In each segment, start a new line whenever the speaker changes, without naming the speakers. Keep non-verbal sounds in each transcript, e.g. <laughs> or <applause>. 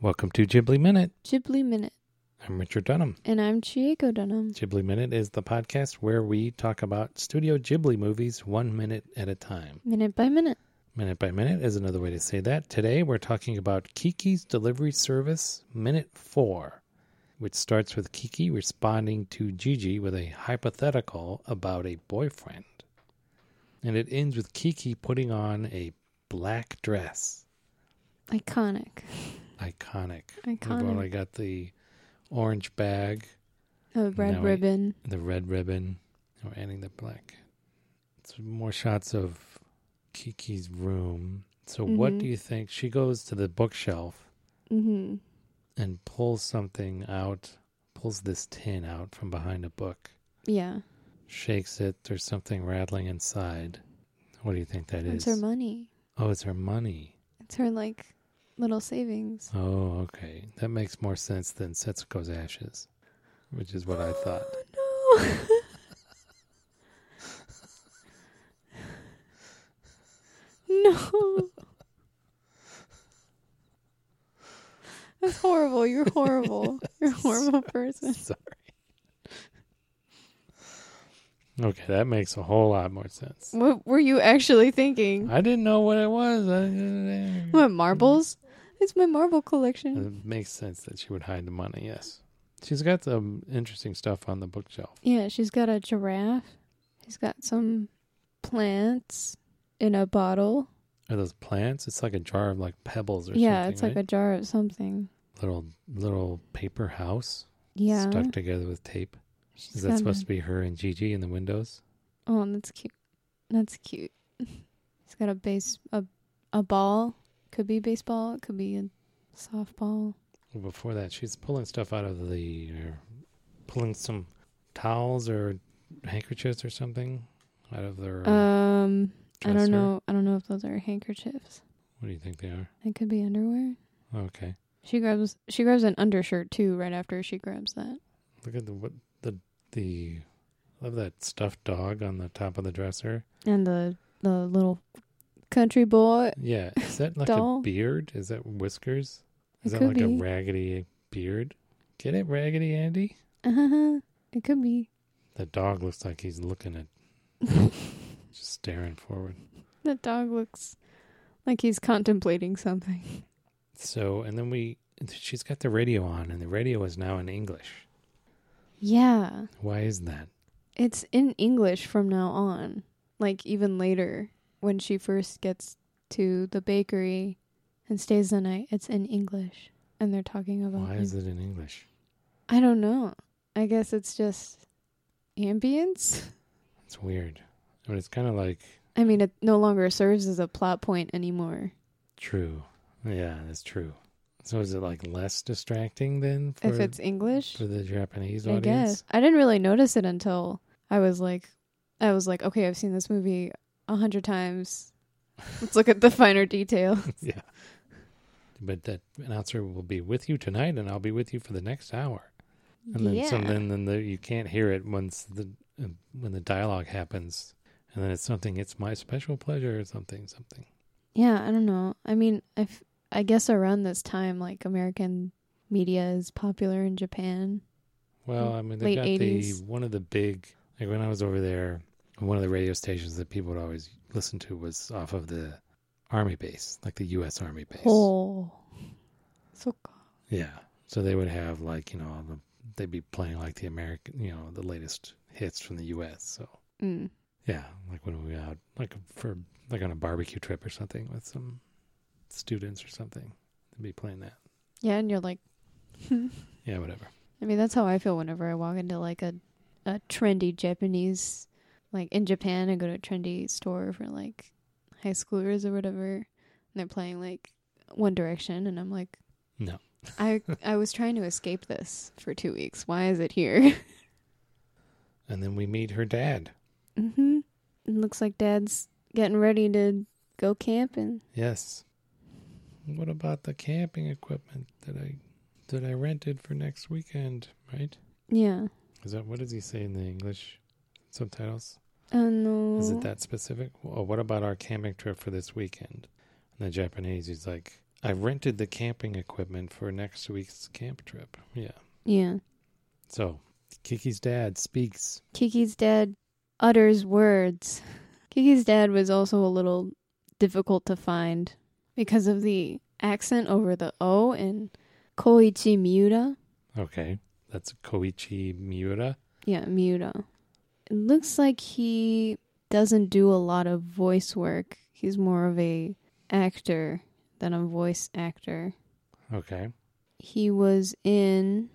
Welcome to Ghibli Minute.
Ghibli Minute.
I'm Richard Dunham.
And I'm Chieko Dunham.
Ghibli Minute is the podcast where we talk about Studio Ghibli movies one minute at a time.
Minute by minute.
Minute by minute is another way to say that. Today we're talking about Kiki's Delivery Service Minute 4, which starts with Kiki responding to Gigi with a hypothetical about a boyfriend. And it ends with Kiki putting on a black dress.
Iconic.
Iconic. We've
Iconic.
already got the orange bag.
A Oh, red
Now we-
ribbon.
the red ribbon. and We're adding the black. It's more shots of Kiki's room. So, what
Mhm.
do you think? She goes to the bookshelf
hmm
and pulls something out, pulls this tin out from behind a book,
Yeah.
shakes it. There's something rattling inside. What do you think that is?
It's her money.
oh, it's her money.
It's her like little savings.
Oh, okay. That makes more sense than Setsuko's ashes, which is what I thought.
Oh, no. no. <laughs> That's horrible. You're horrible. You're a horrible <laughs> person.
Sorry. Okay, that makes a whole lot more sense.
What were you actually thinking?
I didn't know what it was. I,
What marbles? It's my marble collection.
it makes sense that she would hide the money. Yes, she's got some interesting stuff on the bookshelf.
Yeah, she's got a giraffe. She's got some plants in a bottle.
Are those plants? It's like a jar of like pebbles or
yeah,
something.
it's like a jar of something.
a little little paper house
Yeah.
stuck together with tape.
She's
Is that supposed to be her and Gigi in the windows?
Oh, that's cute. That's cute. <laughs> She's got a base a a ball. Could be baseball, it could be a softball.
Well, Before that, she's pulling stuff out of the, or pulling some towels or handkerchiefs or something out of their.
Um I
dresser.
don't know. I don't know if those are handkerchiefs.
What do you think they are?
It could be underwear.
Okay,
She grabs she grabs an undershirt too right after she grabs that.
look at the what the the. I love that stuffed dog on the top of the dresser.
And the the little country boy. <laughs>
Yeah, is that like a
Doll.
beard? Is that whiskers? Is that
It could
like a
be.
raggedy beard? Get it, raggedy Andy?
Uh-huh. <laughs> It could be.
The dog looks like he's looking
<laughs>
at, just staring forward.
The dog looks like he's contemplating something.
So, and then we, she's got the radio on, and the radio is now in English.
Yeah.
Why is that?
It's in English from now on. Like even later when she first gets to the bakery and stays the night, it's in English and they're talking about
Why is it in English?
I don't know. I guess it's just ambience.
It's weird. But it's kind of like
I mean, it no longer serves as a plot point anymore.
true. Yeah, that's true. So is it like less distracting then for,
if it's English,
for the Japanese
I
audience?
guess I didn't really notice it until I was like, I was like, okay, I've seen this movie a hundred times. Let's look at the finer detail.
yeah. But that announcer will be with you tonight, and I'll be with you for the next hour. <laughs> And then, so then, then the, you can't hear it once the uh, when the dialogue happens, and then it's something. It's my special pleasure, or something, something.
yeah, I don't know. I mean, I, f- I guess around this time, like American media is popular in Japan.
Well, I mean, they
late
got
80s.
the one of the big like when I was over there, one of the radio stations that people would always listen to was off of the army base, like the U.S. Army base.
Oh, so
Yeah, so they would have like you know all the, they'd be playing like the American, you know, the latest hits from the U.S. So
mm.
yeah, like when we were out, like for like on a barbecue trip or something with some students or something, they'd be playing that.
yeah, and you're like, <laughs> hmm.
Yeah, whatever.
I mean, that's how I feel whenever I walk into like a, a trendy Japanese, like in Japan, I go to a trendy store for like high schoolers or whatever, and they're playing like One Direction, and I'm like,
No.
I I was trying to escape this for two weeks. Why is it here?
And then we meet her dad.
<laughs> mm-hmm. It looks like Dad's getting ready to go camping.
Yes. What about the camping equipment that I that I rented for next weekend, right?
Yeah.
Is that what does he say in the English subtitles?
Oh no.
Is it that specific? Or what about our camping trip for this weekend? In the Japanese he's like I rented the camping equipment for next week's camp trip. Yeah.
Yeah.
So Kiki's dad speaks.
Kiki's dad utters words. Kiki's dad was also a little difficult to find because of the accent over the O in Koichi Miura.
Okay. That's Koichi Miura.
Yeah, Miura. It looks like he doesn't do a lot of voice work. He's more of a actor than a voice actor.
Okay.
He was in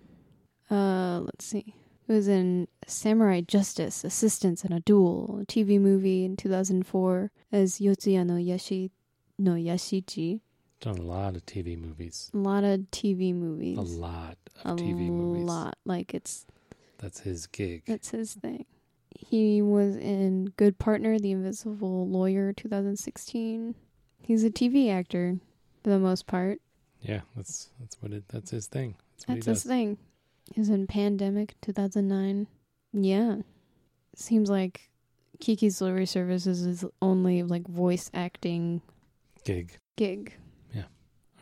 uh let's see. He was in Samurai Justice, Assistance in a Duel, a TV movie in 2004 as Yotsuya no Yashi no Yashichi.
Done a lot of TV movies.
A lot of TV movies.
A lot of
A
TV movies.
lot. Like it's
That's his gig.
that's his thing. He was in Good Partner, The Invisible Lawyer 2016. He's a TV actor for the most part.
yeah, that's that's what it that's his thing. That's what
That's
he
his
does.
thing. He was in Pandemic 2009. Yeah. Seems like Kiki's Delivery Service is his only like voice acting
Gig.
gig.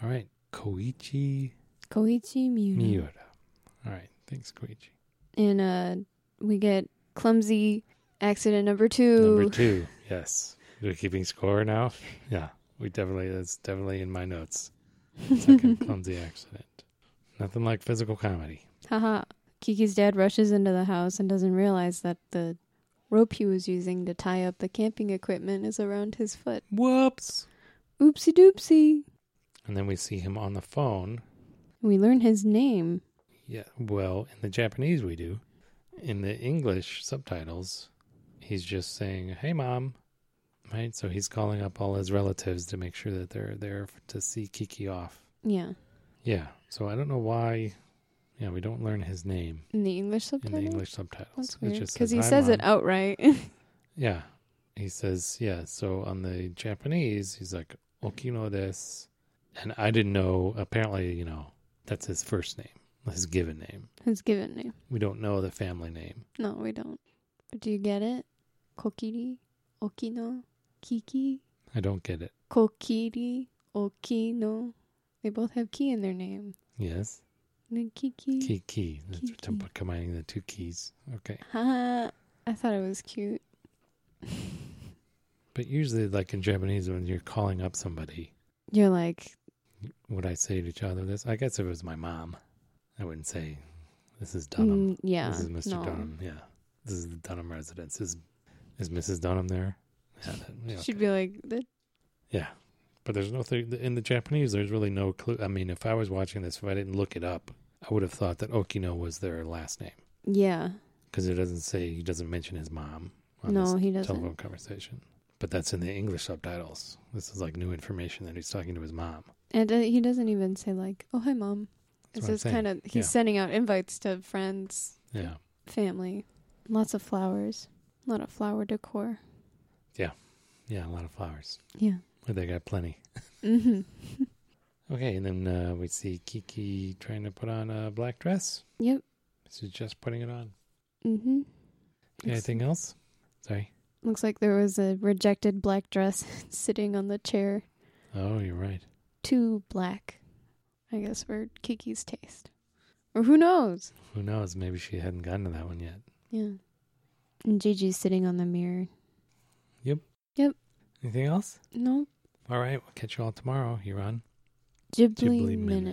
All right. Koichi
Koichi Miura.
Miura. All right. Thanks, Koichi.
And uh, we get clumsy accident number two.
Number two, yes. We're keeping score now. Yeah, we definitely that's definitely in my notes.
<laughs>
Second clumsy accident. Nothing like physical comedy.
Haha. Kiki's dad rushes into the house and doesn't realize that the rope he was using to tie up the camping equipment is around his foot.
Whoops.
Oopsie doopsie.
And then we see him on the phone.
We learn his name.
Yeah, well, in the Japanese we do. In the English subtitles, he's just saying, "Hey, mom." Right? So he's calling up all his relatives to make sure that they're there to see Kiki off.
Yeah.
Yeah. So I don't know why yeah, we don't learn his name.
In the English
in
subtitle?
the English subtitles.
That's
It
weird.
just
Because he
"Hi,
says it
Mom."
outright. <laughs>
Yeah. He says, yeah. So on the Japanese, he's like, Okino des. And I didn't know, apparently, you know, that's his first name, his given name.
his given name.
We don't know the family name.
No, we don't. But do you get it? Kokiri, Okino, Kiki,
I don't get it.
Kokiri, Okino. They both have ki in their name.
Yes.
And then Kiki.
Key, key. That's what I'm
Kiki.
combining the two keys. Okay.
Haha. I thought it was cute.
But usually, like in Japanese, when you're calling up somebody,
You're like,
would I say to each other this? I guess if it was my mom, I wouldn't say, this is Dunham.
mm, yeah.
This is Mr.
no.
Dunham. Yeah. This is the Dunham residence. Is is Mrs. Dunham there? Yeah. that- yeah.
Should be like, that-
yeah. But there's no thing in the Japanese. There's really no clue. I mean, if I was watching this, if I didn't look it up, I would have thought that Okino was their last name
yeah.
because it doesn't say he doesn't mention his mom on
No,
this
he doesn't.
telephone conversation. But that's in the English subtitles. This is like new information that he's talking to his mom.
And uh, he doesn't even say, like, oh, hi, mom.
That's
It's
what I'm
just
saying.
kind of, he's
Yeah.
sending out invites to friends,
Yeah.
family. Lots of flowers. A lot of flower decor.
Yeah. A lot of flowers.
Yeah.
But they got plenty.
hmm <laughs>
Okay. And then uh, we see Kiki trying to put on a black dress.
Yep.
She's just putting it on.
hmm
Anything else? Sorry.
Looks like there was a rejected black dress <laughs> sitting on the chair.
Oh, you're right.
Too black. I guess for Kiki's taste. Or who knows?
Who knows? Maybe she hadn't gotten to that one yet.
Yeah. And Gigi's sitting on the mirror.
Anything else?
No,
All right. We'll catch you all tomorrow, Huron.
Ghibli,
Ghibli
minute.
Minute.